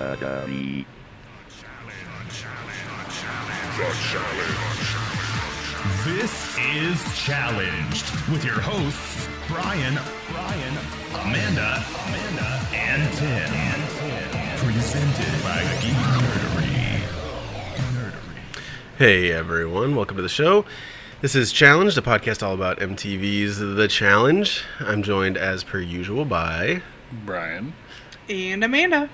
Academy. This is Challenged with your hosts, Brian, Brian, Amanda, Amanda, and Tim. Presented by Geek Nerdery. Nerdery. Hey everyone, welcome to the show. This is Challenge, the podcast all about MTV's The Challenge. I'm joined as per usual by, Brian. And Amanda.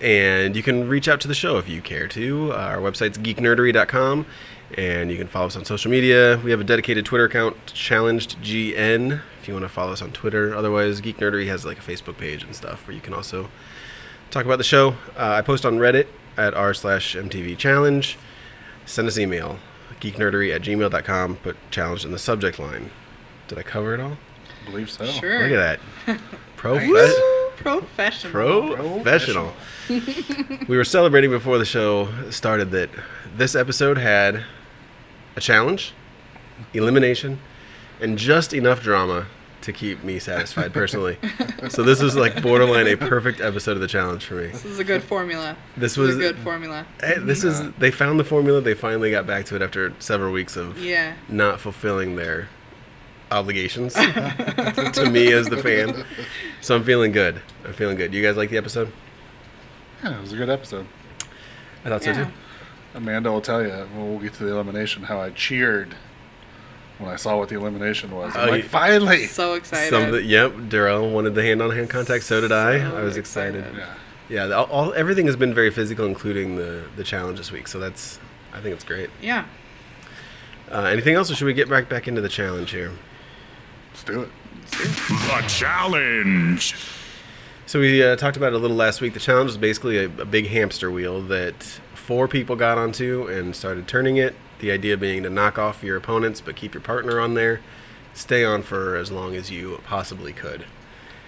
and you can reach out to the show if you care to. Uh, Our website's geeknerdery.com, and you can follow us on social media. We have a dedicated Twitter account, ChallengedGN, if you want to follow us on Twitter. Otherwise, Geek Nerdery has like a Facebook page and stuff where you can also talk about the show. Uh, I post on Reddit at r slash MTV Challenge. Send us email, geeknerdery at gmail.com. Put challenge in the subject line. Did I cover it all? I believe so. Sure. Look at that. Profe- Woo! Professional. professional. we were celebrating before the show started that this episode had a challenge, elimination, and just enough drama to keep me satisfied personally. so this was like borderline a perfect episode of the challenge for me. this is a good formula. This is was a good formula. eh, this is they found the formula. They finally got back to it after several weeks of Yeah. not fulfilling their obligations to me as the fan. So I'm feeling good. I'm feeling good. You guys like the episode? Yeah, it was a good episode. I thought so Yeah. too. Amanda will tell you when we'll get to the elimination how I cheered when I saw what the elimination was. I'm Oh, like, you- finally! So excited. Something. Yep. Daryl wanted the hand-on-hand contact. So did I. So I was excited. excited. yeah. Yeah. the- All, all everything has been very physical, including the the challenge this week. So that's. I think it's great. Yeah. Uh, anything else, or should we get back back into the challenge here? Let's do it. The Challenge. So we uh, talked about it a little last week. The challenge is basically a, a big hamster wheel that four people got onto and started turning it. The idea being to knock off your opponents, but keep your partner on there, stay on for as long as you possibly could.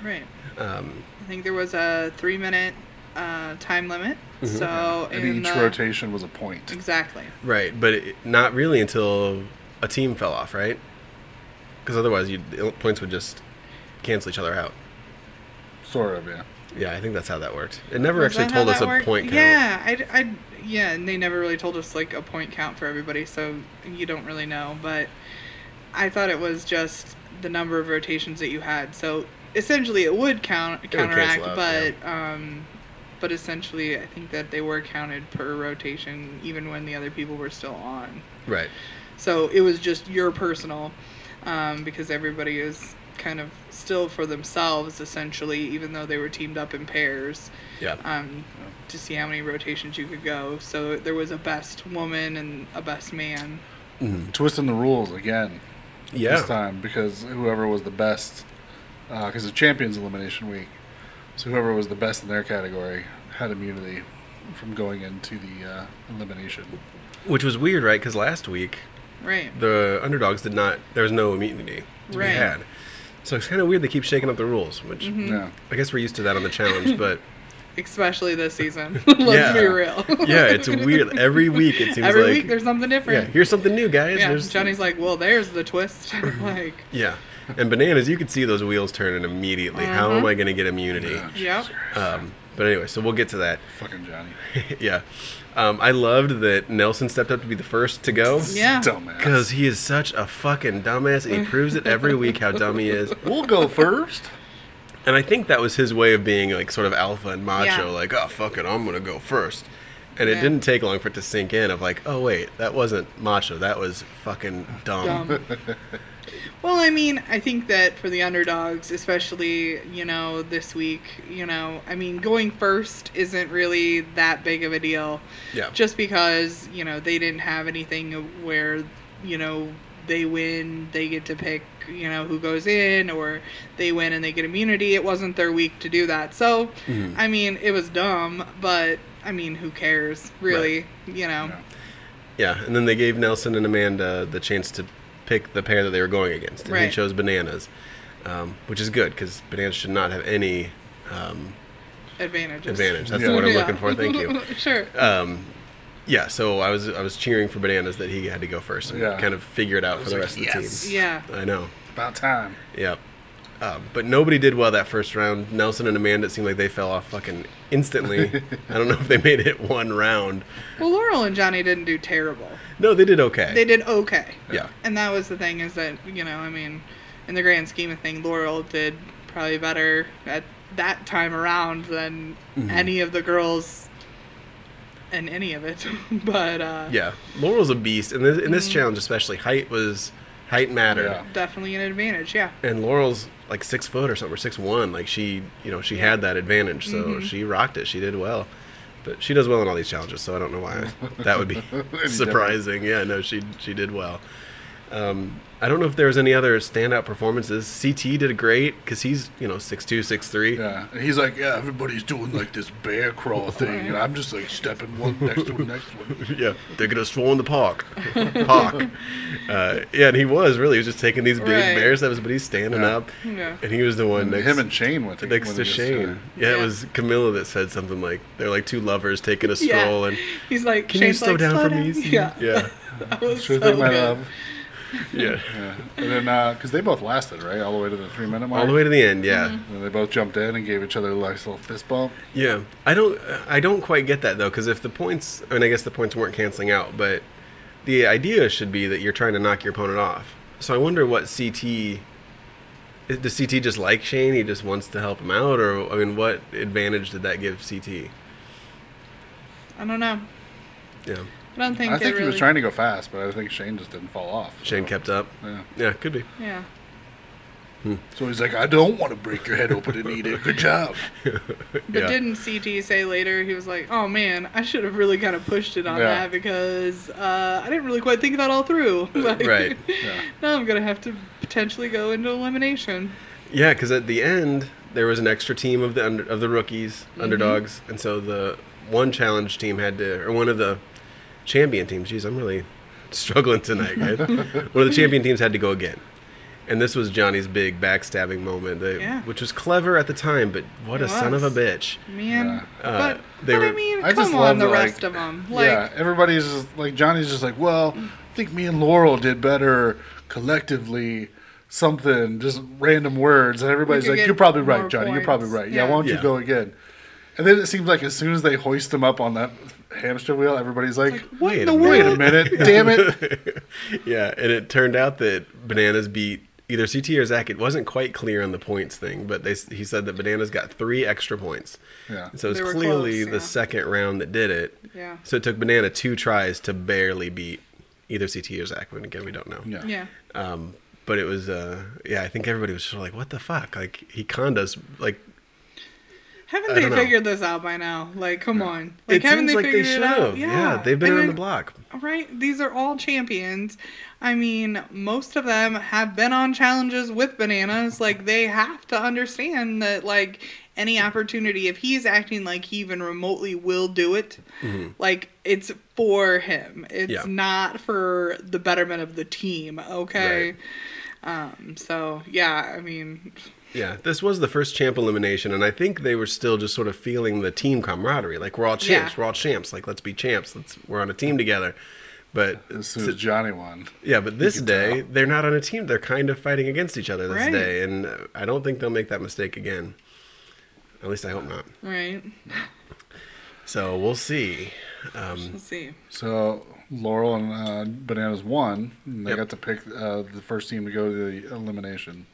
Right. Um, I think there was a three minute uh, time limit. So And in each the- rotation was a point. Exactly. Right, but it, not really until a team fell off, right? Because otherwise, you the points would just cancel each other out. Sort of, yeah. Yeah, I think that's how that worked. It never Was actually that how told us that a worked? point count. Yeah. I, I, yeah. And they never really told us like a point count for everybody. So you don't really know. But I thought it was just the number of rotations that you had. So essentially, it would count cancel counteract, out, but um, but essentially, I think that they were counted per rotation, even when the other people were still on. Right. So it was just your personal, um, because everybody is kind of still for themselves essentially, even though they were teamed up in pairs Yeah. um, to see how many rotations you could go. So there was a best woman and a best man. Twisting the rules again this yeah. time because whoever was the best, because it's Champions Elimination Week, so whoever was the best in their category had immunity from going into the uh, elimination. Which was weird, right? Because last week Right. the underdogs did not. There was no immunity to Right. be had. So it's kind of weird they keep shaking up the rules, which Mm-hmm. Yeah. I guess we're used to that on the challenge, but especially this season. Let's be real. yeah, it's weird. Every week it seems Every like week there's something yeah, different. Yeah, here's something new, guys. There's- Mm-hmm. Johnny's like, well, there's the twist. like, Yeah. And bananas, you could see those wheels turning immediately. How Mm-hmm. am I going to get immunity? Yeah. yep. Um, but anyway, so we'll get to that. Fucking Johnny. yeah. Um, I loved that Nelson stepped up to be the first to go. Yeah. Dumbass. Because he is such a fucking dumbass. And he proves it every week how dumb he is. We'll go first. And I think that was his way of being like sort of alpha and macho, Yeah. like, oh, fuck it, I'm going to go first. And it Yeah. didn't take long for it to sink in of like, oh, wait, that wasn't macho. That was fucking dumb. Dumb. well, I mean, I think that for the underdogs, especially, you know, this week, you know, I mean, going first isn't really that big of a deal. Yeah. Just because, you know, they didn't have anything where, you know, they win, they get to pick, you know, who goes in, or they win and they get immunity. It wasn't their week to do that. So, Mm-hmm. I mean, it was dumb, but I mean, who cares, really, you know? Yeah, and then they gave Nelson and Amanda the chance to pick the pair that they were going against, and he Right. chose bananas, um, which is good because bananas should not have any um, Advantages. advantage. That's Yeah. the word I'm Yeah. looking for. Thank you. Uh, sure. Yeah, so I was I was cheering for bananas that he had to go first and Yeah. kind of figure it out for the rest of the yes. team. Yeah. I know. About time. Yep. Um, but nobody did well that first round. Nelson and Amanda it seemed like they fell off fucking instantly. I don't know if they made it one round. Well, Laurel and Johnny didn't do terrible. No, they did okay. They did okay. Yeah. And that was the thing is that, you know, I mean, in the grand scheme of things, Laurel did probably better at that time around than any of the girls and any of it. but uh, Yeah, Laurel's a beast, and this, in this challenge especially, height was height mattered, Mm-hmm. Yeah. definitely an advantage, yeah. and Laurel's like six foot or something, or six one. Like she, you know, she had that advantage, so Mm-hmm. she rocked it. She did well, but she does well in all these challenges, so I don't know why that would be different. surprising. Yeah, no, she she did well. Um, I don't know if there was any other standout performances. CT did great because he's you know six two, six three. Yeah, and he's like, yeah, everybody's doing like this bear crawl thing, and I'm just like stepping one next one, next one. Yeah, they're gonna stroll in the park. Park. Uh, yeah, and he was really. He was just taking these big Right. bear steps, but he's standing Yeah. up, Yeah. and he was the one And next. him and Shane went to, next went to against, Shane. uh, yeah, it Yeah. was Camilla that said something like they're like two lovers taking a Yeah. stroll, and He's like, can Shane's you slow like, down for me? Yeah. yeah, That was Sure so thing, my good. uh, love. yeah. Yeah. And then, because they both lasted, right? All the way to the three minute mark. All the way to the end, yeah, Mm-hmm. And they both jumped in and gave each other a nice little fist bump. yeah. I don't, I don't quite get that though, because if the points, I mean, I guess the points weren't canceling out, but the idea should be that you're trying to knock your opponent off. So I wonder what CT. is- Does CT just like Shane? He just wants to help him out, or I mean, what advantage did that give CT? I don't know. Yeah, I don't think I they think he really, was trying to go fast, but I think Shane just didn't fall off. Shane kept up. Yeah. Yeah, could be. Yeah. So he's like, I don't want to break your head open and eat it. Good job. But Yeah. didn't CT say later he was like, "Oh man, I should have really kind of pushed it on Yeah. that because uh, I didn't really quite think that all through." Like, right. Yeah. Now I'm gonna have to potentially go into elimination. Yeah, because at the end there was an extra team of the under, of the rookies, Mm-hmm. underdogs, and so the one challenge team had to, or one of the champion teams. Geez, I'm really struggling tonight, guys. one of the champion teams had to go again, and this was Johnny's big backstabbing moment, that, Yeah. which was clever at the time, but what It a son of a was. bitch. Man, Yeah. Uh, but, they but I were- mean, I just come on, love the the, rest like- of them. Like, yeah, everybody's just like Johnny's just like, well, I think me and Laurel did better collectively. Something, just random words, and everybody's could like, get "You're probably right, more Johnny. You're points." probably right. Yeah, Yeah. why don't Yeah. you go again?" And then it seems like as soon as they hoist him up on that hamster wheel, everybody's like, what Wait in a the minute. world? "Wait a minute, damn it!" yeah, and it turned out that Bananas beat either CT or Zach. It wasn't quite clear on the points thing, but they s- he said that Bananas got three extra points. Yeah. So it's They were clearly close, the yeah. second round that did it. Yeah. So it took Banana two tries to barely beat either CT or Zach. But again, we don't know. Yeah. Yeah. Um, but it was, uh, yeah, I think everybody was sort of like, what the fuck? Like, he conned us. Like, Haven't I they don't know. figured this out by now? Like, come on. it Like, haven't seems they like they figured should it out? have. Yeah. they've been And on the then- block. Right? These are all champions. I mean, most of them have been on challenges with bananas. Like, they have to understand that, like, any opportunity, if he's acting like he even remotely will do it, like, it's for him. It's Mm-hmm. Yeah. not for the betterment of the team, okay? Um, so, yeah, I mean, Yeah, this was the first champ elimination, and I think they were still just sort of feeling the team camaraderie. Like we're all champs, Yeah. we're all champs. Like let's be champs. Let's we're on a team together. But As soon as Johnny won, yeah, but this day they're not on a team. They're kind of fighting against each other this Right. day, and uh, I don't think they'll make that mistake again. At least I hope not. right? Mm-hmm. So we'll see. Let's see. So Laurel and uh, Bananas won. And they Yep. got to pick uh, the first team to go to the elimination.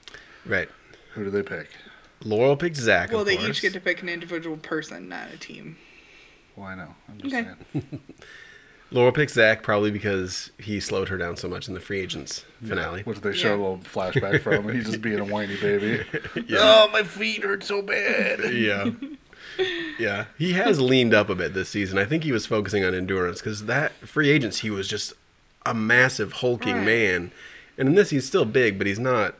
Right. Who do they pick? Laurel picked Zach. Well, of they course. each get to pick an individual person, not a team. Well, I know. I'm just Okay. saying. Laurel picked Zach probably because he slowed her down so much in the free agents finale. Which they show a Yeah. little flashback from. and He's just being a whiny baby. Yeah. Oh, my feet hurt so bad. yeah. Yeah. He has leaned up a bit this season. I think he was focusing on endurance because that free agents, he was just a massive hulking Right. man. And in this, he's still big, but he's not.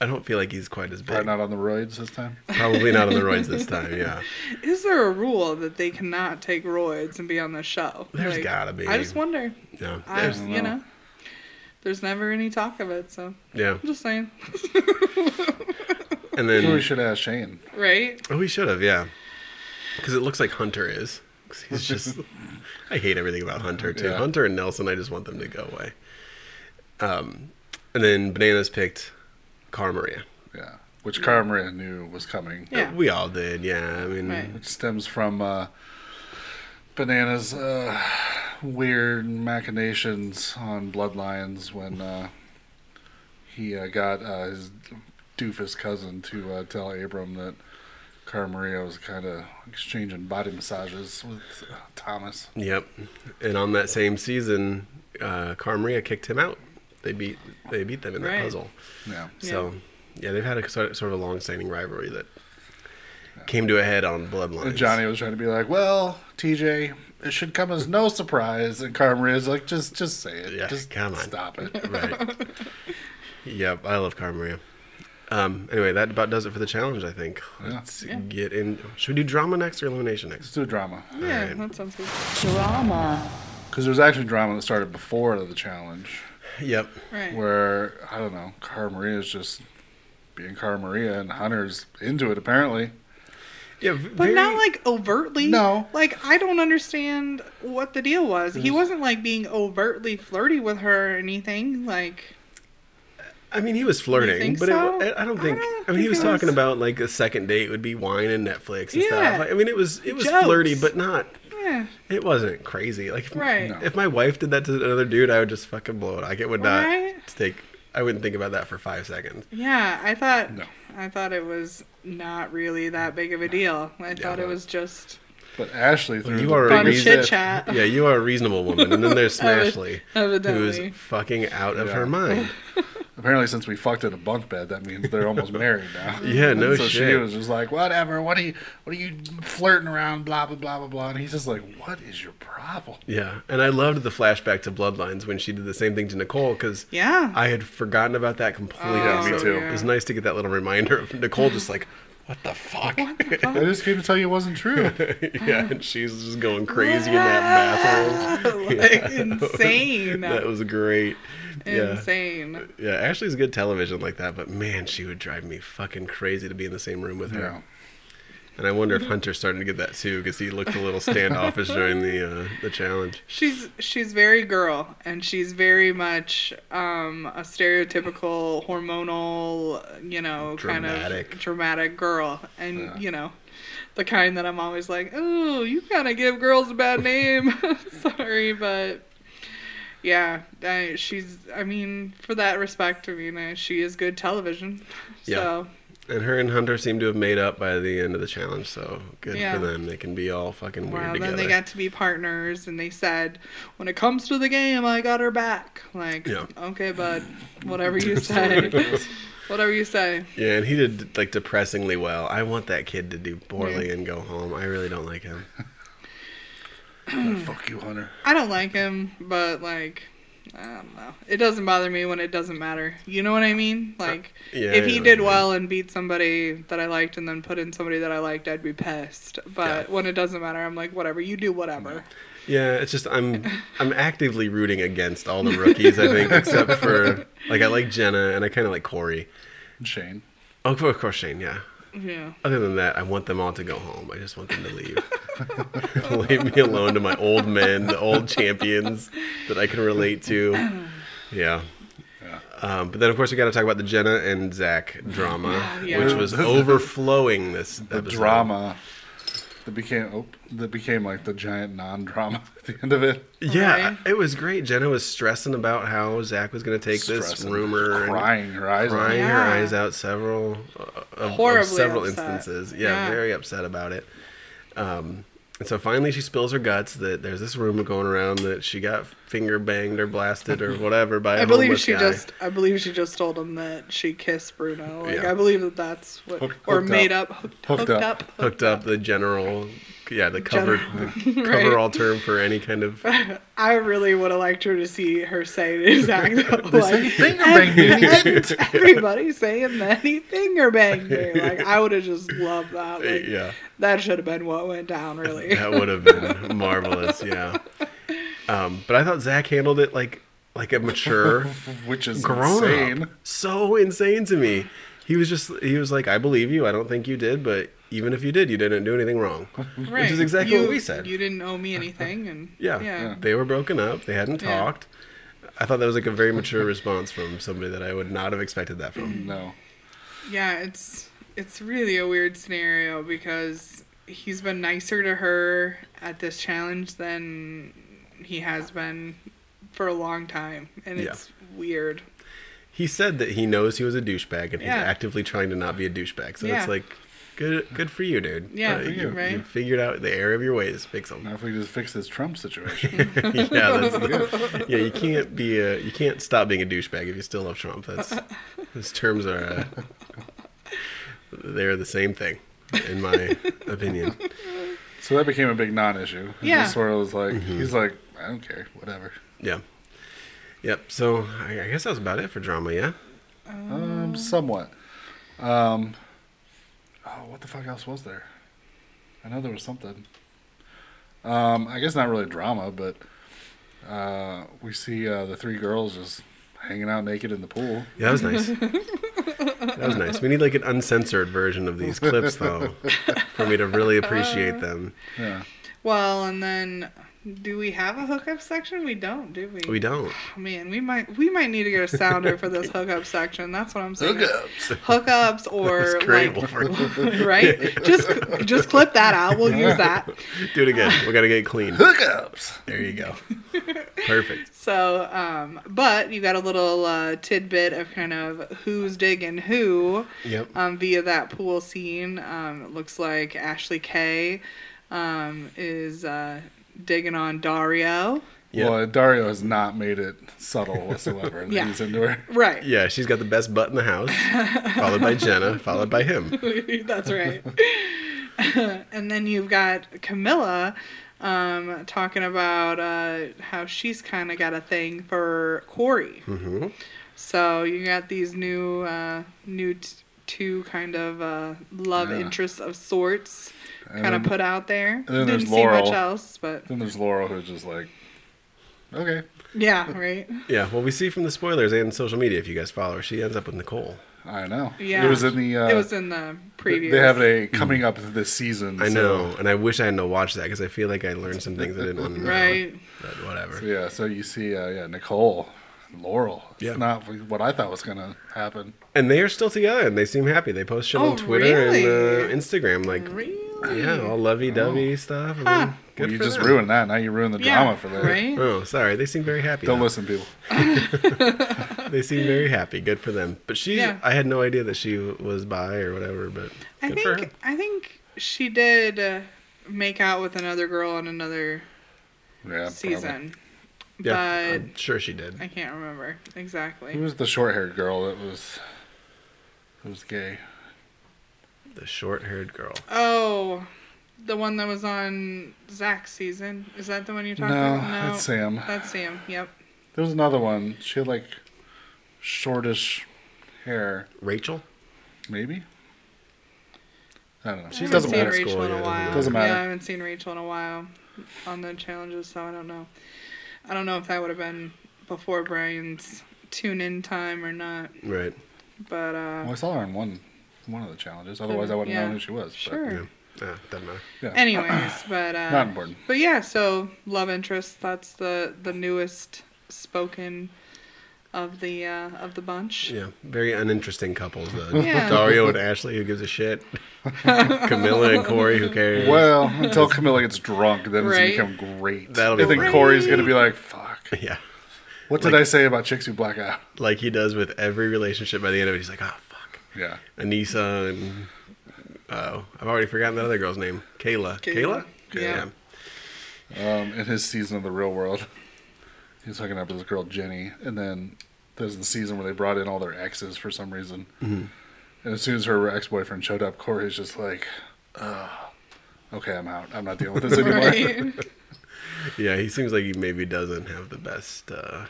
I don't feel like he's quite as big. Probably not on the roids this time. Probably not on the roids this time. Yeah. Is there a rule that they cannot take roids and be on the show? There's gotta be. I just wonder. No. I, There's- you know, there's never any talk of it, so yeah. I'm just saying, And Maybe we then should ask Shane. right? oh, we should have. Yeah. Because it looks like Hunter is. 'Cause He's just. I hate everything about Hunter too. Yeah. Hunter and Nelson. I just want them to go away. Um, and then bananas picked Car Maria. Yeah. which Karma knew was coming. Yeah. We all did, yeah. I mean, Right. Which stems from uh, Banana's uh, weird machinations on Bloodlines when uh, he uh, got uh, his doofus cousin to uh, tell Abram that Carmaria was kind of exchanging body massages with uh, Thomas. yep. And on that same season, uh, Carmaria kicked him out. They beat they beat them in that Right. puzzle. Yeah. So, yeah, they've had a sort sort of a long-standing rivalry that came to a head on Bloodlines. And Johnny was trying to be like, "Well, TJ, it should come as no surprise." And Carmaria is like, "Just, just say it. Yeah, just come on." stop it." Right. yep, I love Carmaria. Um, anyway, that about does it for the challenge, I think. Let's Yeah. get in. Should we do drama next or elimination next? Let's do drama. Yeah, Alright. that sounds good. Drama. Because there was actually drama that started before the challenge, Yep. Right. where I don't know, Car Maria is just being Car Maria, and Hunter's into it apparently. Yeah, But not like overtly. No. Like I don't understand what the deal was. He wasn't like being overtly flirty with her or anything. Like I mean, he was flirting, think but so? it, I don't think. I, I mean, don't he think was it talking was- about like a second date would be wine and Netflix and Yeah. stuff. Like, I mean, it was it was Jokes. flirty, but not. yeah, It wasn't crazy. Like if, Right. No. if my wife did that to another dude, I would just fucking blow it. Like it would not Right. take. I wouldn't think about that for five seconds. yeah. I thought No. I thought it was not really that big of a deal. I thought it was just But Ashley threw you the are a fun reason- biggest- chit chat. Yeah, you are a reasonable woman, and then there's Evi- Smashley, evidently. who's fucking out of Yeah. her mind. Apparently, since we fucked in a bunk bed, that means they're almost married now. Yeah, no And so shit. she was just like, "Whatever. What are you? What are you flirting around? Blah blah blah blah blah." And he's just like, "What is your problem?" Yeah, and I loved the flashback to Bloodlines when she did the same thing to Nicole because Yeah. I had forgotten about that completely. Yeah, me so too. It was nice to get that little reminder of Nicole just like, what the fuck? I just came to tell you it wasn't true. yeah, and she's just going crazy in that bathroom. like insane. That was great. Yeah. insane. Yeah, Ashley's good television like that, but man, she would drive me fucking crazy to be in the same room with her. Yeah. And I wonder if Hunter's starting to get that too, because he looked a little standoffish during the uh, the challenge. She's she's very girl and she's very much um, a stereotypical hormonal, you know, kind Dramatic. of dramatic girl and you know, the kind that I'm always like, "Oh, you kind of give girls a bad name." Sorry, but yeah, I, she's I mean, for that respect, I mean, uh, she is good television. Yeah. So, And her and Hunter seem to have made up by the end of the challenge, so good Yeah. for them. They can be all fucking weird Wow, together. then they got to be partners, and they said, "When it comes to the game, I got her back." Like, Yeah. okay, bud, whatever you say, whatever you say. yeah, and he did like depressingly well. I want that kid to do poorly and go home. I really don't like him. Fuck you, Hunter. I don't like him, but like, I don't know. It doesn't bother me when it doesn't matter. You know what I mean? Like, Uh, yeah, if I he know did what you well and beat somebody that I liked, and then put in somebody that I liked, I'd be pissed. But when it doesn't matter, I'm like, whatever. You do whatever. Yeah, it's just I'm I'm actively rooting against all the rookies. I think except for like I like Jenna and I kind of like Corey. And Shane. Oh, of course Shane. Yeah. Yeah. Other than that, I want them all to go home. I just want them to leave. Leave me alone to my old men, the old champions that I can relate to. Yeah. Um, but then, of course, we got to talk about the Jenna and Zach drama, Yeah. which was overflowing this the episode. drama that became oh, that became like the giant non-drama at the end of it. Yeah, Right. it was great. Jenna was stressing about how Zach was going to take this Stressing, rumor, and- crying her eyes out. crying her Yeah. eyes out several uh, of- of Horribly several upset. instances. Yeah, Yeah. very upset about it. Um, and so finally, she spills her guts that there's this rumor going around that she got finger banged or blasted or whatever by. I I believe homeless she guy. just. I believe she just told him that she kissed Bruno. Like Yeah. I believe that that's what, Hook- or hooked made up. up, hooked, Hooked hooked, up. up, hooked up the general. Yeah, the cover General- Right. coverall term for any kind of. I really would have liked her to see her say it exact though. like Finger bang me. "Ev- everybody's saying that he finger banged me. Like I would have just loved that. Like, Uh, Yeah. that should have been what went down. Really, That would have been marvelous, yeah. Um, but I thought Zach handled it like like a mature, which is grown insane. up. So insane to me. He was just he was like, I believe you. I don't think you did, but even if you did, you didn't do anything wrong. right? is exactly what You- we said. You didn't owe me anything, and Yeah. yeah, They were broken up. They hadn't Yeah. talked. I thought that was like a very mature response from somebody that I would not have expected that from. No, Yeah, it's it's really a weird scenario because he's been nicer to her at this challenge than he has been for a long time, and Yeah. it's weird. He said that he knows he was a douchebag and Yeah. he's actively trying to not be a douchebag. So Yeah. it's like, good, good for you, dude. Yeah, Like, Good for you, you. right? you figured out the error of your ways. Fix them. Now if we just fix this Trump situation. yeah, that's the, yeah. You can't be a, you can't stop being a douchebag if you still love Trump. That's those terms are uh, they're the same thing, in my opinion. So that became a big non-issue. It Yeah. just sort of was like Mm-hmm. he's like, I don't care, whatever. Yeah. Yep. So I, I guess that was about it for drama. Yeah. Um, somewhat. Um, oh, what the fuck else was there? I know there was something. Um, I guess not really drama, but uh, we see uh, the three girls just hanging out naked in the pool. Yeah, that was nice. That was nice. We need like an uncensored version of these clips, though, for me to really appreciate them. Yeah, Well, and then do we have a hookup section? We don't, do we? We don't. Oh, man, we might we might need to get a sounder for this hookup section. That's what I'm saying. hookups or It's great. like Wolford. right just just clip that out we'll use that Do it again. We gotta get it clean. hookups. There you go. Perfect. so um but you got a little uh, tidbit of kind of who's digging who Yep. um via that pool scene um it looks like ashley k um is uh digging on dario Yeah. Well, Dario has not made it subtle whatsoever. Yeah. yeah. He's into her. right Yeah, she's got the best butt in the house, followed by Jenna, followed by him. That's right. and then you've got Camilla um, talking about uh, how she's kind of got a thing for Corey. Mm-hmm. So you got these new, uh, new t- two kind of uh, love Yeah. interests of sorts And kind of then- put out there. then Didn't there's see much Laurel. else, but Then there's Laurel who's just like, okay. yeah, right. Yeah, well, we see from the spoilers and social media, if you guys follow her, she ends up with Nicole. I know. Yeah. It was in the. Uh, it was in the they previous. have a coming up this season. I so- know, and I wish I hadn't have watched that because I feel like I learned some things I didn't want to know. right. But whatever. Yeah, so you see, uh, yeah, Nicole, Laurel. It's Yeah. not what I thought was gonna happen. And they are still together, and they seem happy. They post shit Oh, on Twitter and really? uh, Instagram, like Really? yeah, all lovey-dovey stuff. I mean, good Well, you for just them. ruined that. Now you ruined the drama for that. Right. Oh, sorry. They seem very happy. Don't now. listen, people. They seem very happy. Good for them. But she, Yeah. I had no idea that she was bi or whatever. But I good for her. think I think she did uh, make out with another girl on another Yeah. probably. season, Yeah, but I'm sure she did. I can't remember Who exactly. was the short-haired girl that was? That was gay. The short-haired girl. Oh, the one that was on Zach's season is that the one you're No, talking about? that's Sam. That's Sam. Yep. There was another one. She had like shortish hair, Rachel. maybe. I don't know. I She haven't doesn't seen matter. Rachel School, in yeah, a doesn't while. matter. Doesn't matter. Yeah, I haven't seen Rachel in a while on the challenges, so I don't know. I don't know if that would have been before Brian's tune-in time or not, Right. but uh, Well, I saw her in one, one of the challenges. Otherwise, I wouldn't yeah. know who she was. but- sure. Yeah. Uh, doesn't matter. Yeah. Anyways, but uh, Not important. But yeah, so love interest. That's the the newest spoken of the uh, of the bunch. Yeah. Very uninteresting couples though. Yeah. Dario and Ashley, who gives a shit. Camilla and Corey, who cares? Well, until Camilla gets drunk, then Right. it's gonna become great. That'll That'll be I think great. Corey's gonna be like, "Fuck, Yeah. what did I say about chicks who black out?" Like he does with every relationship. By the end of it, he's like, oh fuck. Yeah, Anissa and oh, I've already forgotten that other girl's name. Kayla. Kayla. Kayla. Yeah. um, in his season of the Real World, he was hooking up with this girl Jenny, and then there's the season where they brought in all their exes for some reason. Mm-hmm. And as soon as her ex boyfriend showed up, Corey's just like, Ugh, "Okay, I'm out. I'm not dealing with this anymore." Right? Yeah, he seems like he maybe doesn't have the best uh,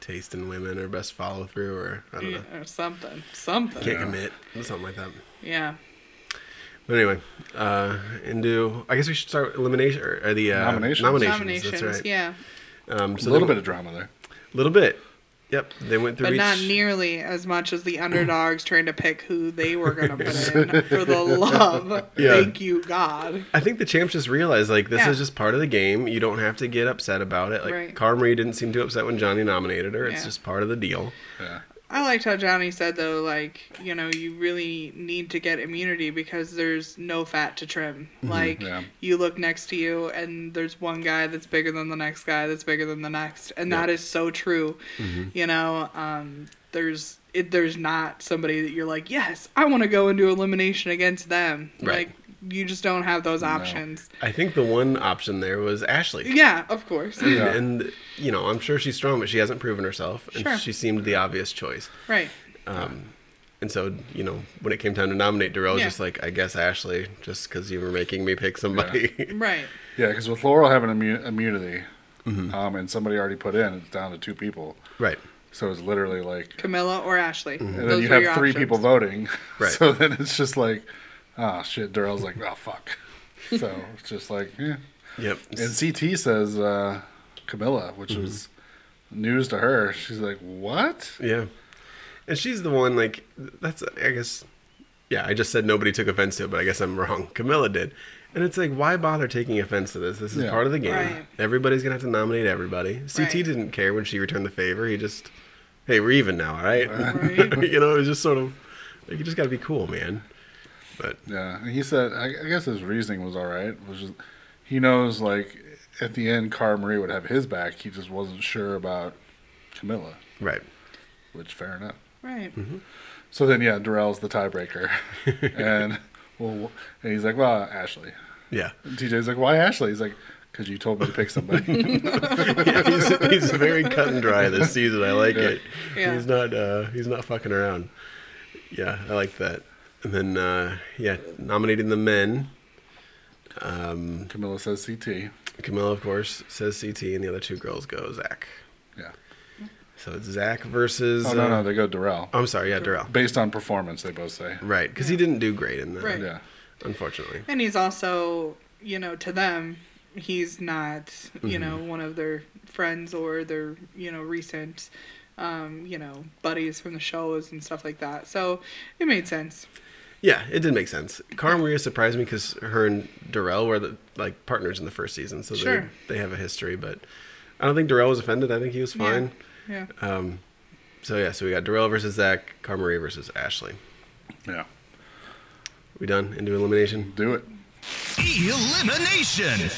taste in women or best follow through or I don't know. or something. Something. Can't commit. Something like that. Yeah. But anyway, uh, into I guess we should start with elimination or, or the uh, Nominations. Nominations, Nominations. That's right. Yeah. Um, so a little they- bit of drama there. little bit. Yep, they went through But each. not nearly as much as the underdogs trying to pick who they were going to put in for the love. Yeah. Thank you, God. I think the champs just realized like this Yeah. is just part of the game. You don't have to get upset about it. Like Right. Carmarie didn't seem too upset when Johnny nominated her. It's Yeah. just part of the deal. Yeah. I liked how Johnny said though, like you know, you really need to get immunity because there's no fat to trim. Like Mm-hmm, Yeah. you look next to you, and there's one guy that's bigger than the next guy that's bigger than the next, and that is so true. Mm-hmm. You know, um, there's it, there's not somebody that you're like, yes, I want to go into elimination against them. Right. Like you just don't have those options. I think the one option there was Ashley. Yeah, of course. Yeah. And, and, you know, I'm sure she's strong, but she hasn't proven herself, and Sure. she seemed the obvious choice. right. Um, and so, you know, when it came time to nominate Darrell, I was Yeah. just like, I guess Ashley, just because you were making me pick somebody. Right. Yeah, because with Laurel having immu- immunity, Mm-hmm. um, and somebody already put in, it's down to two people. right. So it's literally like, Camilla or Ashley. Mm-hmm. and Those then you were have your three options. people voting. Right. So then it's just like, ah, shit. Daryl's like, oh fuck. So it's just like, yeah. Yep. And CT says uh, Camilla, which was news to her. She's like, what? yeah. And she's the one, like, that's, I guess, yeah, I just said nobody took offense to it, but I guess I'm wrong. Camilla did. And it's like, why bother taking offense to this? This is Yeah. part of the game. Right. Everybody's going to have to nominate everybody. CT Right. didn't care when she returned the favor. He just, hey, we're even now, all right? Right. you know, it was just sort of, like, you just got to be cool, man. But, Yeah, and he said, I, I guess his reasoning was all right. Was just, he knows like at the end, Cara Marie would have his back. He just wasn't sure about Camilla, right. which fair enough. Right. So then, yeah, Darrell's the tiebreaker, and well, and he's like, well, Ashley. Yeah. And TJ's like, why Ashley? He's like, because you told me to pick somebody. Yeah, he's, he's very cut and dry this season. I like it. Yeah. He's not uh, he's not fucking around. Yeah, I like that. And then uh, yeah, nominating the men. Um, Camilla says CT. Camilla, of course, says CT, and the other two girls go Zach. Yeah. So it's Zach versus. Oh no, uh, no, they go Darrell. I'm sorry. Yeah, Darrell. Based on performance, they both say. Right, because he didn't do great in that. Right. Yeah. Unfortunately. And he's also, you know, to them, he's not, Mm-hmm. you know, one of their friends or their, you know, recent, um, you know, buddies from the shows and stuff like that. So it made sense. Yeah, it did make sense. Cara Maria surprised me because her and Darrell were the, like partners in the first season, so Sure. they they have a history. But I don't think Darrell was offended. I think he was Yeah. fine. Yeah. Um, so yeah, so we got Darrell versus Zach, Carmarie versus Ashley. Yeah. We done into elimination. Do it. Elimination.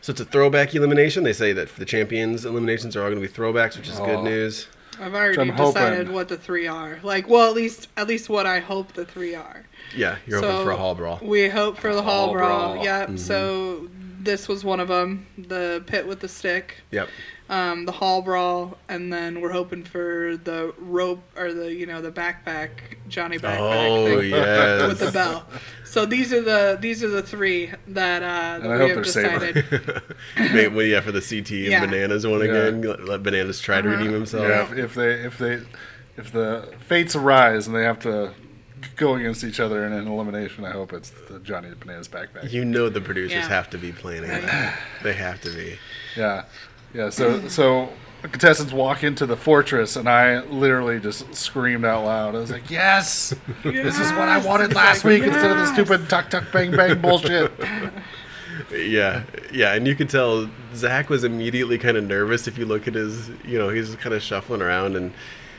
So it's a throwback elimination. They say that the champions eliminations are all going to be throwbacks, which is good Aw. news. I've already I'm hoping- decided what the three are. Like, well, at least at least what I hope the three are. Yeah, you're hoping for a hall brawl. We hope for the hall, Hall brawl. brawl. Yep. So Mm-hmm. this was one of them. The pit with the stick. yep. um, the hall brawl, and then we're hoping for the rope or the you know the backpack Johnny backpack Oh thing yes. with the bell. So these are the these are the three that uh, And I that we hope have they're saber. decided. Wait, well, yeah, for the CT Yeah. Uh-huh. and bananas one again. Let, let bananas try to redeem himself. Yeah, if, if they if they if the fates arise and they have to go against each other in an elimination, I hope it's the Johnny Bananas backpack. You know the producers Yeah. have to be planning Right. that. They have to be. Yeah, yeah. So so the contestants walk into the fortress, and I literally just screamed out loud. I was like, "Yes, this is what I wanted last week instead of the stupid tuck tuck bang bang bullshit." Yeah, yeah, and you could tell Zach was immediately kind of nervous. If you look at his, you know, he's kind of shuffling around, and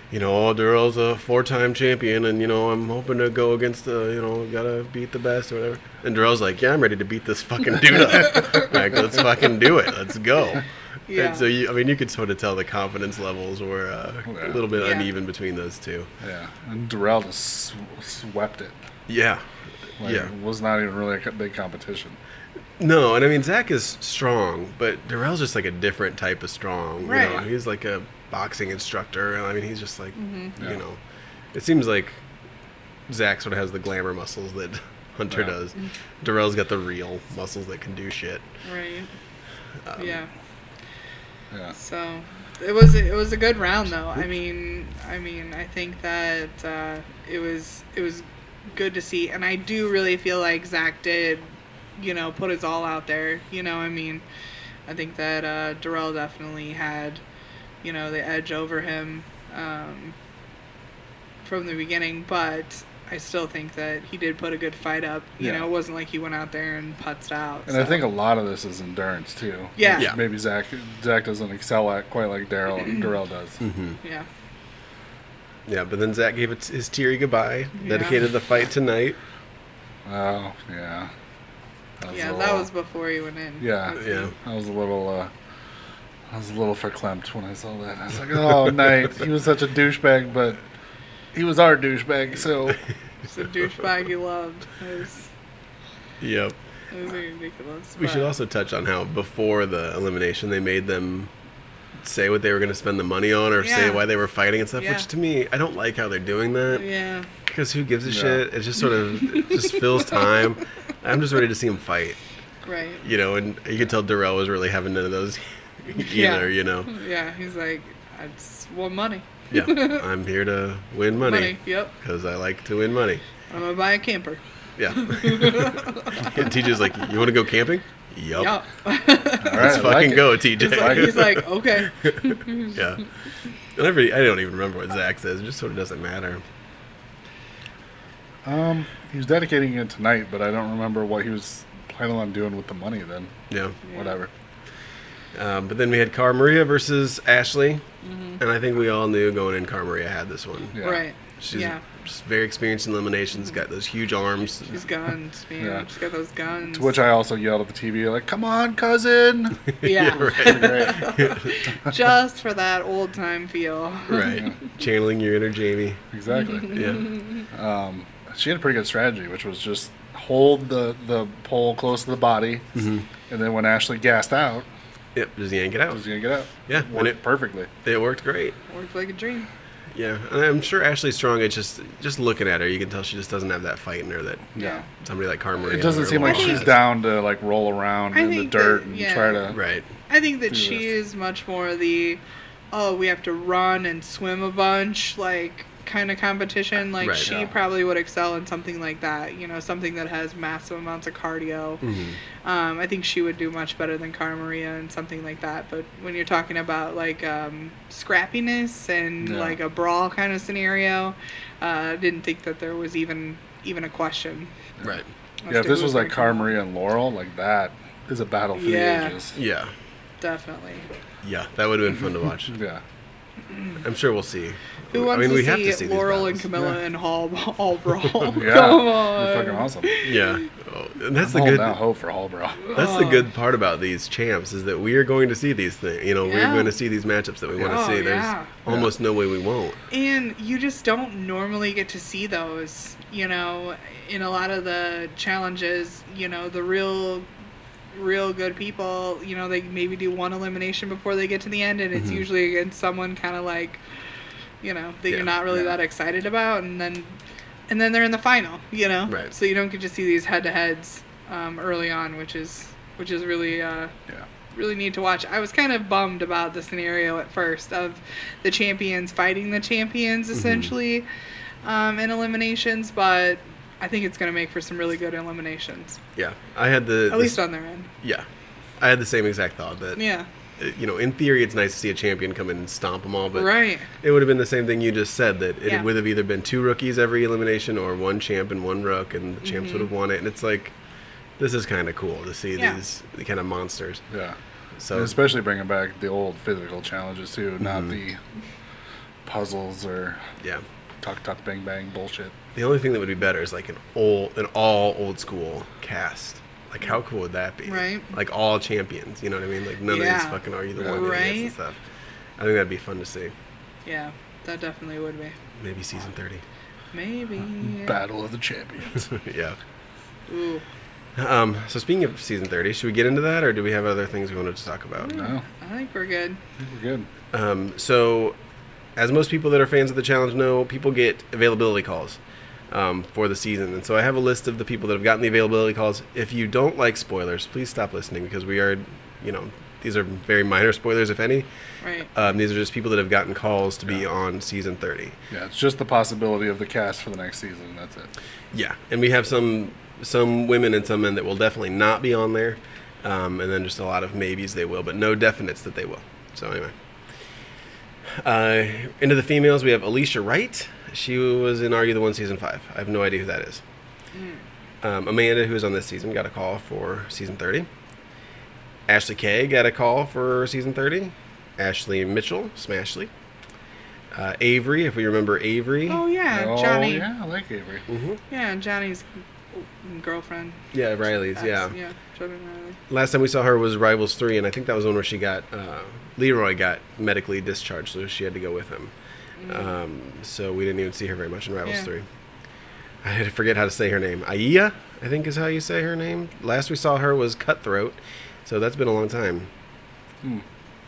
you know, oh, Daryl's a four-time champion, and you know, I'm hoping to go against the, you know, gotta beat the best or whatever. And Daryl's like, yeah, I'm ready to beat this fucking dude up. like, let's fucking do it. Let's go. Yeah. And so, you, I mean, you could sort of tell the confidence levels were uh, a Yeah. little bit Yeah. uneven between those two. Yeah, and Darrell just sw- swept it. Yeah. Like, yeah. it was not even really a co- big competition. No, and I mean Zach is strong, but Darrell's just like a different type of strong. You know, Right. he's like a boxing instructor, and I mean he's just like you Mm-hmm. Yeah. know, it seems like Zach sort of has the glamour muscles that Hunter Yeah. does. Darrell's got the real muscles that can do shit. right. Um, yeah. Yeah. So it was it was a good round though. I mean, I mean, I think that uh, it was it was good to see, and I do really feel like Zach did, you know, put his all out there. You know, I mean, I think that uh, Darrell definitely had, you know, the edge over him um, from the beginning, but. I still think that he did put a good fight up. You Yeah. know, it wasn't like he went out there and putzed out. And I so. think a lot of this is endurance too. Yeah. Yeah. Hmm. Mm-hmm. Maybe Zach Zach doesn't excel at quite like Daryl Darrell does. yeah, Yeah, but then Zach gave it his teary goodbye, dedicated the fight tonight. Oh yeah. That yeah, a that little- was before you went in. Yeah. I see. Yeah. I was a little. uh I was a little verklempt when I saw that. I was like, "Oh, night." He was such a douchebag, but he was our douchebag. So It's a douchebag you loved. It was, Yep. it was ridiculous. We should but- also touch on how before the elimination they made them say what they were going to spend the money on or say Yeah. why they were fighting and stuff, Yeah. which to me I don't like how they're doing that Yeah. because who gives a No. shit? It just sort of it just fills time. I'm just ready to see them fight, Right. you know. And you could tell Darrell was really having none of those either, Yeah. you know. Yeah. He's like, I just want money. Yeah, I'm here to win money Money. Yep. because I like to win money. I'm gonna buy a camper. Yeah. and TJ's like, you want to go camping? Yup. Yup. all Let's right, I like fucking it. go, TJ. like- he's like, okay. yeah. And I, really- I don't even remember what Zach says. It just sort of doesn't matter. Um, he was dedicating it tonight, but I don't remember what he was planning on doing with the money. Then Yeah. whatever. Um, but then we had Car Maria versus Ashley. Mm-hmm. And I think we all knew going in, Car Maria had this one. Yeah. Right. She's yeah. just very experienced in eliminations, got those huge arms. She's guns, man. Yeah. She's got those guns. To which I also yelled at the TV, like, "Come on, cousin!" yeah. right. Right. Just for that old time feel. Right. Channeling your inner Jamie. exactly. Yeah. She had a pretty good strategy, which was just hold the the pole close to the body, and then when Ashley gassed out, Yep. Just yank it out. was gonna get out. Yeah, and worked it- perfectly. It worked great. Worked like a dream. Yeah, and I'm sure Ashley Strong. It's just just looking at her, you can tell she just doesn't have that fight in her that Yeah. somebody like Carmen. It doesn't seem like I she's think- down to like roll around I in the think dirt that- and yeah. try to. Right. I think that do she this. is much more the, oh, we have to run and swim a bunch, like kind of competition. Like Right. she Uh, Yeah. probably would excel in something like that, you know, something that has massive amounts of cardio. Mm-hmm. Um, I think she would do much better than Cara Maria and something like that. But when you're talking about like um, scrappiness and Yeah. like a brawl kind of scenario, uh, I didn't think that there was even even a question. Right. as Yeah, if to this who was like gonna Cara come out. Maria and Laurel, like that is a battle for Yeah. the ages. Yeah. definitely. Yeah. That would have been fun to watch. Yeah. I'm sure we'll see. Who wants to, see these Laurel and battles. Camilla and Hall all brawl? Yeah, Come They're on. fucking awesome. Yeah. Oh, and that's Hold the good. out hope for Hall, bro. That's Oh. the good part about these champs is that we are going to see these things. You know, we're Yeah. going to see these matchups that we want to Oh, see. There's yeah. almost no way we won't. And you just don't normally get to see those, you know, in a lot of the challenges, you know, the real real good people, you know, they maybe do one elimination before they get to the end and it's usually against someone kind of like you know, that Yeah, you're not really yeah. that excited about and then and then they're in the final, you know. Right. So you don't get to see these head-to-heads um, early on, which is which is really uh Yeah. really need to watch. I was kind of bummed about the scenario at first of the champions fighting the champions essentially um, in eliminations, but I think it's going to make for some really good eliminations, Yeah. I had the. at the- least on their end. Yeah. I had the same exact thought that Yeah, uh, you know, in theory, it's nice to see a champion come in and stomp them all, but right. It would have been the same thing you just said that it Yeah. would have either been two rookies every elimination or one champ and one rook, and the champs would have won it. And it's like, this is kind of cool to see Mm-hmm. Yeah. these kind of monsters. Yeah. So Mm-hmm. And especially bringing back the old physical challenges too, not the puzzles or yeah, tuck tuck bang bang bullshit. the only thing that would be better is like an old, an all old school cast. Like how cool would that be? Right. Like all champions. You know what I mean? Like none of these Yeah. fucking are you the Yeah. one idiots and Right. stuff. I think that'd be fun to see. Yeah, that definitely would be. Maybe season thirty. Maybe. Battle of the champions. yeah. Ooh, Um, so speaking of season thirty, should we get into that, or do we have other things we wanted to talk about? no, I think we're good. I think we're good. Um, so, as most people that are fans of the challenge know, people get availability calls um, for the season. And so I have a list of the people that have gotten the availability calls. If you don't like spoilers, please stop listening because we are, you know, these are very minor spoilers, if any. Right. Um, these are just people that have gotten calls to be on season 30. Yeah, it's just the possibility of the cast for the next season. That's it. Yeah, and we have some some women and some men that will definitely not be on there, um, and then just a lot of maybes they will, but no definites that they will. So anyway, uh, into the females we have Alicia Wright. She was in Are You the One season five. I have no idea who that is. Um, Amanda, who is on this season, got a call for season thirty. Ashley Kay got a call for season thirty. Ashley Mitchell, Smashly. Uh, Avery, if we remember Avery. Oh yeah, Johnny. Oh, Yeah. yeah, I like Avery. Johnny's girlfriend. Yeah, Riley's. Yeah. yeah, Jordan Riley. Oh, Last time we saw her was Rivals three, and I think that was the one where she got uh, Leroy got medically discharged, so she had to go with him. Um, so we didn't even see her very much in Rivals Mm-hmm. Yeah. three. I had to forget how to say her name. Aya, I think is how you say her name. Last we saw her was Cutthroat, so that's been a long time.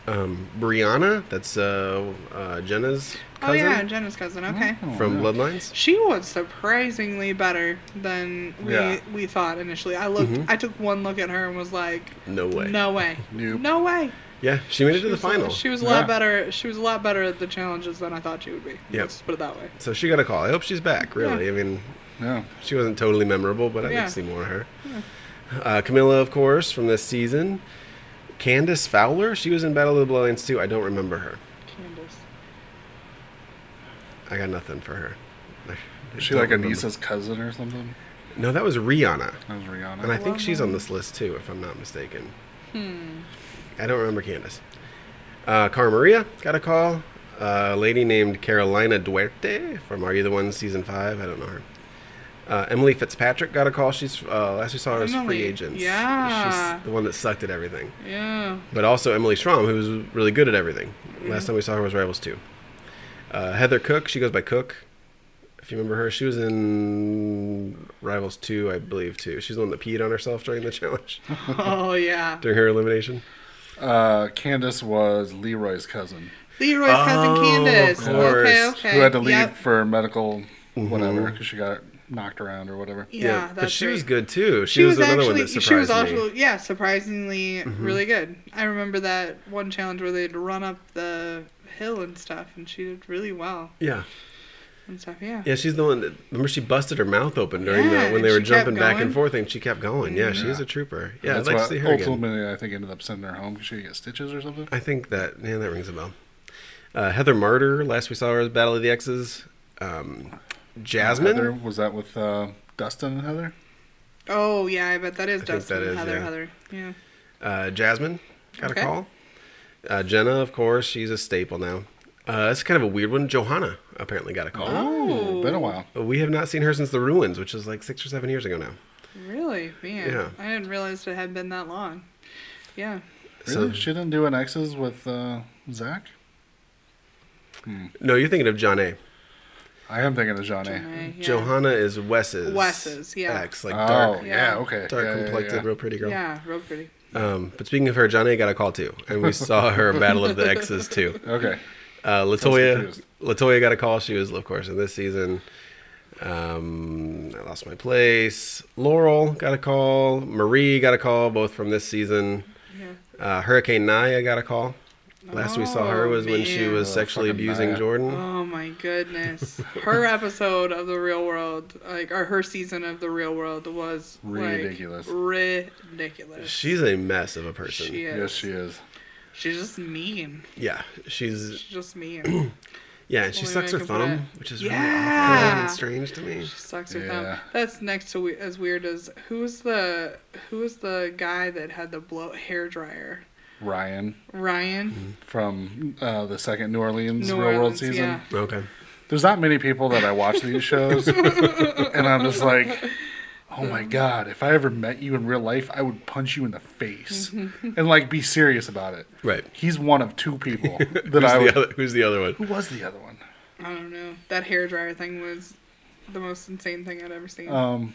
Um, Brianna, that's uh, uh, Jenna's Oh cousin yeah, Jenna's cousin. Oh, Okay. from Bloodlines. She was surprisingly better than we Yeah. we thought initially. I looked, I took one look at her and was like, Mm-hmm. No way. no way, Nope. no way. Yeah, she made it She to the was a- final. she was a Yeah. lot better. She was a lot better at the challenges than I thought she would be. Yep. Let's put it that way. so she got a call. I hope she's back. Really, I mean, Yeah. She wasn't totally memorable, but I Yeah. did see more of her. Uh, Camilla, of course, from this season. Candace Fowler, she was in Battle of the Bloodlines too. I don't remember her. Candace. I got nothing for her. I Is she don't like remember. Anissa's cousin or something? No, that was Rihanna, That was Rihanna. Oh, and I think she's on this list too, if I'm not mistaken. Hmm. I don't remember Candace. Uh, Cara Maria got a call. Uh, A lady named Carolina Duarte from Are You the One season five. I don't know her. Uh, Emily Fitzpatrick got a call. She's uh, last we saw her as free Emily, agents. yeah. she's the one that sucked at everything. Yeah. but also Emily Strom, who was really good at everything. Last time we saw her was Rivals 2. Uh, Heather Cook, she goes by Cook. If you remember her, she was in Rivals 2, I believe, too. She's the one that peed on herself during the challenge, Oh yeah. during her elimination. Uh, Candace was Leroy's cousin Leroy's Oh, cousin of Candace. Okay. course. Okay. who had to leave Yep. for medical Mm-hmm. whatever because she got knocked around or whatever. Yeah, that's but she was right. good, too. She, She was, was another one actually. that surprised She was me. Mm-hmm. also yeah, surprisingly really good. I remember that one challenge where they'd run up the hill and stuff, and she did really well Yeah. and stuff. Yeah. Yeah, she's the one that remember she busted her mouth open during Yeah, the when and they were she kept jumping back and going. forth, and she kept going. Yeah, she is a trooper. Yeah, That's I'd like why to see her again. ultimately I think ended up sending her home because she got stitches or something. I think that yeah, that rings a bell. Uh, Heather Martyr, last we saw her was Battle of the X's. Um, Jasmine, Heather, was that with uh, Dustin and Heather? Oh yeah, I bet that is think Dustin that is, Heather yeah. Heather. Yeah. uh, Jasmine got Okay. a call. Uh, Jenna, of course, she's a staple now. Uh, that's kind of a weird one. Johanna apparently got a call. Oh. Ooh, been a while. We have not seen her since the ruins, which is like six or seven years ago now. Really? Man. Yeah. I didn't realize it had been that long. Yeah. Really? So- she didn't do an X's with uh, Zach? No, you're thinking of John A. I am thinking of John A. Hey, Oh yeah. Johanna is Wes's. Wes's, yeah. Ex, like Oh, dark, yeah, Yeah. okay. dark yeah, yeah, complected, yeah. real pretty girl. Yeah, real pretty. Um, but speaking of her, John A. got a call too, and we saw her in Battle of the X's too. Okay. Uh, I Latoya, was Latoya got a call. She was, of course, in this season. Um, I lost my place. Laurel got a call. Marie got a call, both from this season. Yeah. Uh, Hurricane Naya got a call. Last we saw her Oh, was when she man. was Oh, sexually fucking abusing Naya. Jordan. Oh my goodness. Her episode of The Real World, like or her season of The Real World was like, Ridiculous. ridiculous. She's a mess of a person. she is. Yes, she is. She's just mean. Yeah, she's She's just mean. yeah, and she Only sucks way her I can put thumb, it. which is really awful Yeah. and strange to me. Sucks her Yeah. thumb. That's next to we- as weird as who was the who was the guy that had the blow hair dryer? Ryan Ryan. from uh, the second New Orleans New Real World Orleans, season. yeah. Okay, There's not many people that I watch these shows, and I'm just like, oh my Um, god, if I ever met you in real life, I would punch you in the face and like be serious about it. right. He's one of two people that Who's I the would. other, who's the other one? Who was the other one? I don't know. That hair dryer thing was the most insane thing I'd ever seen. Oh. Um,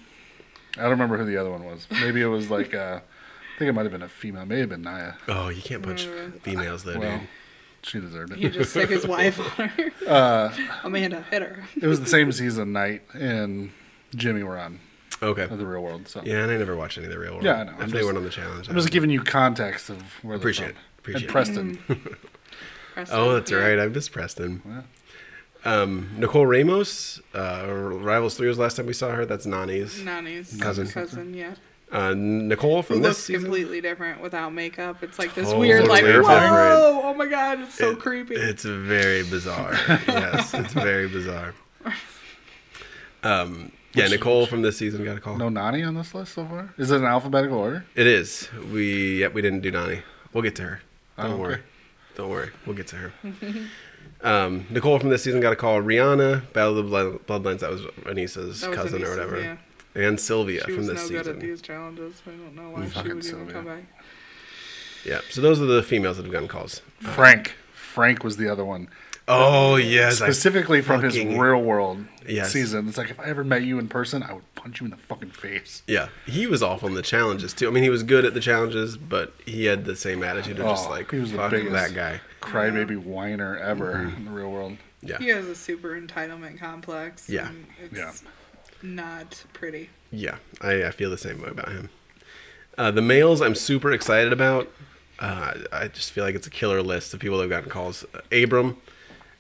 I don't remember who the other one was. Maybe it was like uh, I think it might have been a female. Maybe have been Naya. Oh, you can't punch females though, Well, dude. she deserved it. he just sick his wife on her. Amanda hit her. It was the same season night and Jimmy were on Okay, of the real world. So Yeah, and I never watched any of the real world. Yeah, I know. If I'm they just- weren't on the challenge, I'm just giving you context of where Appreciate they're from. it. Appreciate and it. Preston. Preston, Oh, that's yeah. right. I missed Preston. Mm. Um, Nicole Ramos, uh, Rivals Three was the last time we saw her. That's Nani's Nani's Cousin. cousin. yeah. uh, Nicole from Who this looks season. completely different without makeup. It's like this Totally weird, like, Oh, different. whoa, oh my god, it's so It- creepy. It's very bizarre. yes, it's very bizarre. Um, yeah, Nicole from this season got a call. No Nani on this list so far? Is it in alphabetical order? It is. Oh, We yep. We didn't do Nani. We'll get to her. Don't okay. worry. Don't worry. We'll get to her. Um, Nicole from this season got a call. Rihanna, Battle of the Blood- Bloodlines. That was Anissa's That was cousin or Anissa's, whatever. yeah. And Sylvia She from was this no good season. at these challenges. I don't know why she Fucking would even Sylvia. come back. Yeah. So those are the females that have gotten calls. Frank. Frank was the other one. Oh yes. I- Specifically from his fucking- real world Yes. season. It's like if I ever met you in person, I would punch you in the fucking face. yeah. He was awful in the challenges too. I mean, he was good at the challenges, but he had the same attitude of just Oh, like he was the fuck biggest. that guy. Crybaby whiner ever Mm-hmm. in the real world. Yeah. He has a super entitlement complex. Yeah. and it's not pretty. Yeah, I, I feel the same way about him. Uh, the males I'm super excited about. Uh, I just feel like it's a killer list of people that have gotten calls. Abram,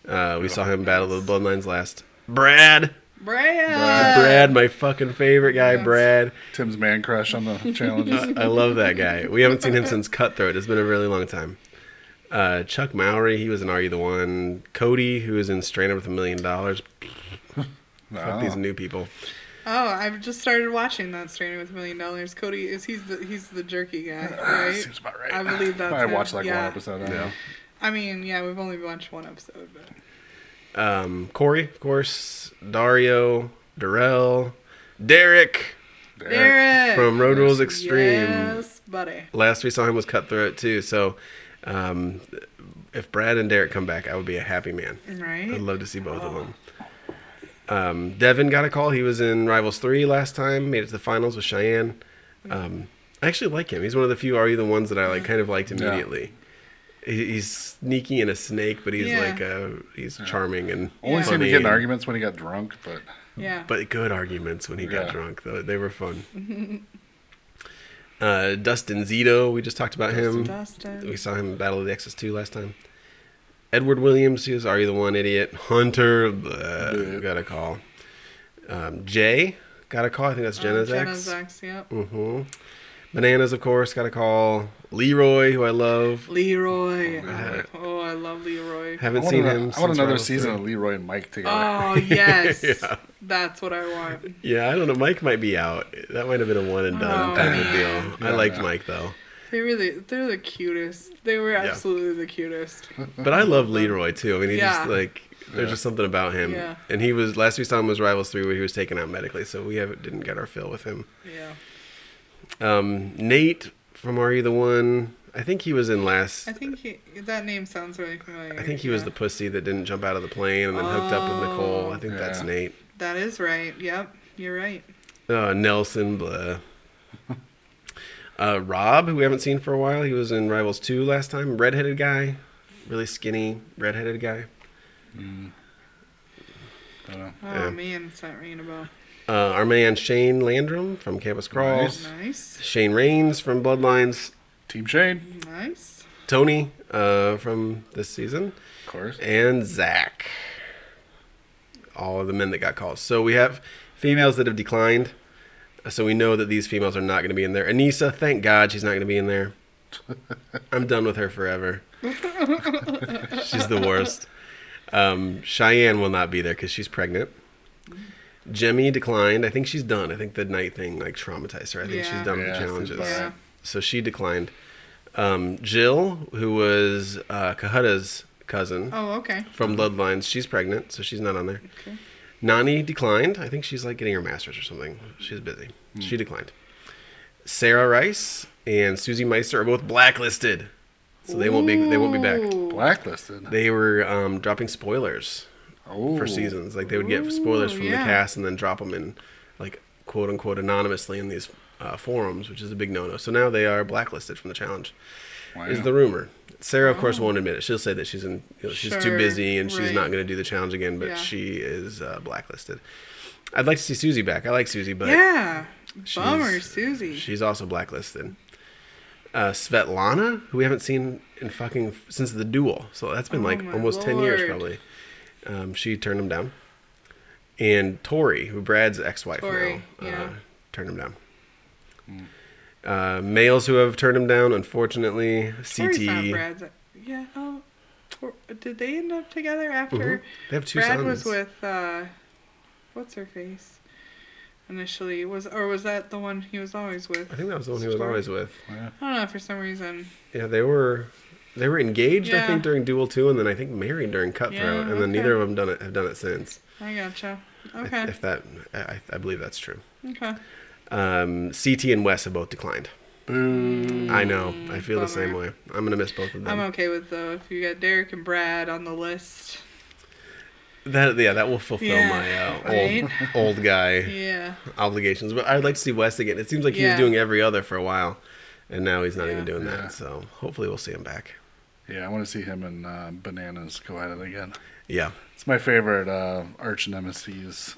uh, we saw him battle the bloodlines last. Brad, Brad. Brad, my fucking favorite guy, Brad. Tim's man crush on the challenges. I love that guy. We haven't seen him since Cutthroat. It's been a really long time. Uh, Chuck Mowry, he was in Are You the One? Cody, who is in Stranded with a Million Dollars. Fuck Oh. these new people. Oh, I've just started watching that Stranded with a Million Dollars. Cody is he's the he's the jerky guy, right? Seems about right. I believe that's. I him. watched like yeah. one episode. I don't know. I mean, yeah, we've only watched one episode, but Um, Corey, of course, Dario, Darrell, Derek Derek. Derek from Road Rules Extreme. Yes, buddy. Last we saw him was Cutthroat too. So, um, if Brad and Derek come back, I would be a happy man. Right? I'd love to see both of them. Um, Devin got a call. He was in Rivals Three last time. Made it to the finals with Cheyenne. Um, I actually like him. He's one of the few. Are you the ones that I like? Kind of liked immediately. He He's sneaky and a snake, but he's Yeah. like a, he's charming and Only seemed to funny get in and- arguments when he got drunk, but Yeah. but good arguments when he got Yeah. drunk though they were fun uh, dustin zito we just talked about him Dustin. we saw him in battle of the x's 2 last time edward williams he was are you the one idiot hunter bleh, Bleh. got a call um, jay got a call i think Oh, that's jenna's ex X, yep. hmm bananas of course got a call leroy who i love Leroy. Oh, I love Leroy. I haven't want, seen ano- him I want since another Rivals season three. of Leroy and Mike together. Oh yes, that's what I want. yeah i don't know mike might be out that might have been a one and done Oh, type of man. deal i liked mike though They really, they're the cutest. They were absolutely the cutest. But I love Leroy too. I mean, he just Yeah. like there's just something about him. Yeah. And he was last we saw him was Rivals three where he was taken out medically, so we have didn't get our fill with him. Yeah, Um, Nate from Are You the One? I think he was in last. I think he, that name sounds really familiar. I think he was the pussy that didn't jump out of the plane and then hooked up Oh. with Nicole. I think that's Yeah. Nate. That is right. Yep, you're right. Uh, Nelson, blah. Uh, Rob, who we haven't seen for a while, he was in Rivals 2 last time. Redheaded guy, really skinny, redheaded guy. Don't know. Oh Yeah. man, it's not ringing a bell. Uh, our man Shane Landrum from Campus Crawl. Nice. Nice, Shane Raines from Bloodlines, Team Shade, nice. Tony uh, from this season, of course. and Zach. All of the men that got calls. So we have females that have declined. So we know that these females are not going to be in there. Anissa, thank God she's not going to be in there. I'm done with her forever. she's the worst. Um, Cheyenne will not be there because she's pregnant. Jemmy declined. I think she's done. I think the night thing like traumatized her. I think Yeah. she's done with Yeah, the she's challenges. done. Yeah. So she declined. Um, Jill, who was uh, Kahuta's cousin Oh okay. from Bloodlines, she's pregnant, so she's not on there. Nani declined. I think she's like getting her master's or something. She's busy. She declined. Sarah Rice and Susie Meister are both blacklisted, so they won't be they won't be back. Ooh. Blacklisted. They were um, dropping spoilers oh, for seasons. Like they would get spoilers Ooh, from the yeah. cast and then drop them in, like quote unquote, anonymously in these uh, forums, which is a big no-no. So now they are blacklisted from the challenge. Wow. Is the rumor? Sarah, of course, won't admit it. She'll say that she's in, you know, she's too Oh. Sure, busy and she's right. not going to do the challenge again. But Yeah. she is uh, blacklisted. I'd like to see Susie back. I like Susie, but Yeah. Bummer, She's- Susie. she's also blacklisted. Uh, Svetlana, who we haven't seen in fucking since the duel, so that's been Oh like my almost ten years lord. probably. Um, she turned him down, and Tori, who Brad's ex-wife Tori, now, uh, yeah. turned him down. Uh, males who have turned him down, unfortunately, E. Tori's not CT. Brad's. Yeah. Oh, Tor- did they end up together after? Mhm. They have two Brad sons. was with uh, what's her face initially was or was that the one he was always with? I think that was the one he was Tori. always with. I don't know for some reason. Yeah, they were. They were engaged, I Yeah. think, during Duel Two, and then I think married during Cutthroat, Yeah, and then okay. neither of them done it have done it since. I gotcha. If- Okay. If that, I, I- I believe that's true. Okay. Um, CT and Wes have both declined. Boo. I know. I feel the same bummer. way. I'm gonna miss both of them. I'm okay with though. If you got Derek and Brad on the list, That yeah, that will fulfill Yeah, my uh, right? old old guy yeah, obligations. But I'd like to see Wes again. It seems like he Yeah. was doing every other for a while, and now he's not Yeah. even doing Yeah. that. So hopefully we'll see him back. Yeah, I want to see him and uh, Bananas go at it again. Yeah, It's my favorite uh, arch nemesis,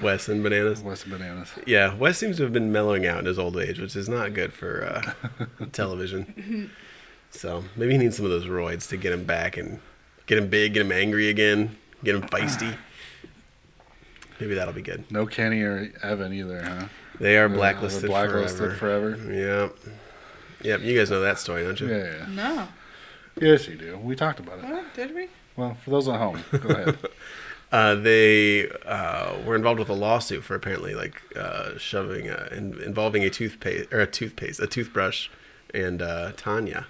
Wes and bananas. West Bananas. Yeah, Wes seems to have been mellowing out in his old age, which is not good for uh, Mm-hmm. television. So maybe he needs some of those roids to get him back and get him big, get him angry again, get him feisty. Maybe that'll be good. No Kenny or Evan either, huh? They They're are blacklisted, blacklisted forever. Yep. Yep. You guys know that story, don't you? Yeah, yeah, yeah. no, Yes, you do. We talked about it. what did we? Well, for those at home, go ahead. Uh, they uh, were involved with a lawsuit for apparently like uh, shoving uh, in, involving a toothpaste or a toothpaste, a toothbrush, and uh, Tanya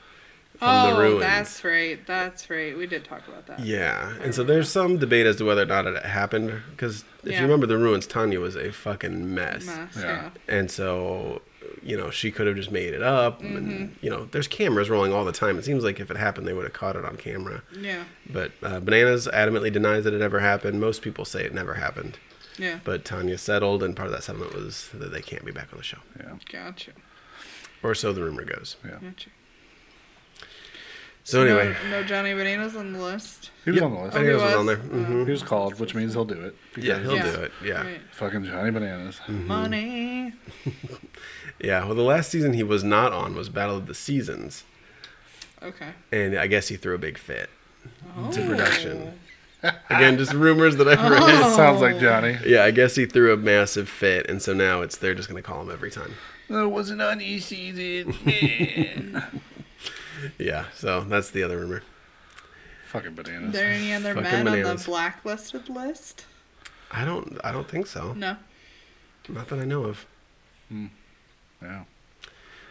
from the Oh, ruins. that's right. That's right. We did talk about that. Yeah, and so there's some debate as to whether or not it happened because if Yeah. you remember the ruins, Tanya was a fucking mess, Mess, Yeah. yeah. and so you know she could have just made it up, and you know there's cameras rolling all the time. It seems like if it happened, they would have caught it on camera. yeah, yeah, But uh, Bananas adamantly denies that it ever happened. Most people say it never happened. But Tanya settled, and part of that settlement was that they can't be back on the show. Yeah, Gotcha, Or so the rumor goes. yeah. gotcha. So, anyway, no, no Johnny Bananas on the list. He was yep, on the list. Oh, Bananas he was was? on there. Oh. hmm He was called, which means he'll do it. Yeah, he'll Yeah. do it. Yeah. Mm-hmm. Right. Fucking Johnny Bananas. Money. Yeah. Well, the last season he was not on was Battle of the Seasons. Okay. And I guess he threw a big fit. Oh. production. Again, just rumors that I've read. It sounds like Johnny. Yeah, I guess he threw a massive fit, and so now it's they're just gonna call him every time. That wasn't on E season. Yeah, so that's the other rumor. Fucking bananas. Are there any other Fucking men on the bananas. blacklisted list? I don't, I don't think so. No. Not that I know of. Yeah.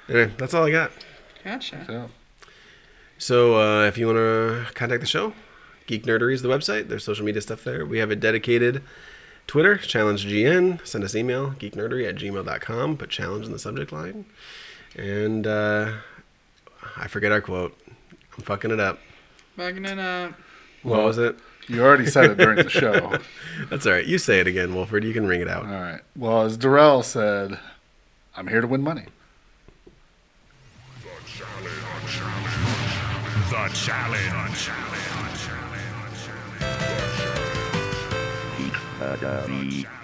Anyway, that's all I got. Gotcha. So, So uh, if you want to contact the show, Geek Nerdery is the website. There's social media stuff there. We have a dedicated Twitter, Challenge GN. Send us email, geeknerdery at gmail.com. Put challenge in the subject line. And uh, I forget our quote. I'm fucking it up. Bugging it up. what was it? you already said it during the show. That's all right. You say it again, Wolford. You can ring it out. All right. Well, as Darrell said, I'm here to win money. The challenge. The challenge. The challenge.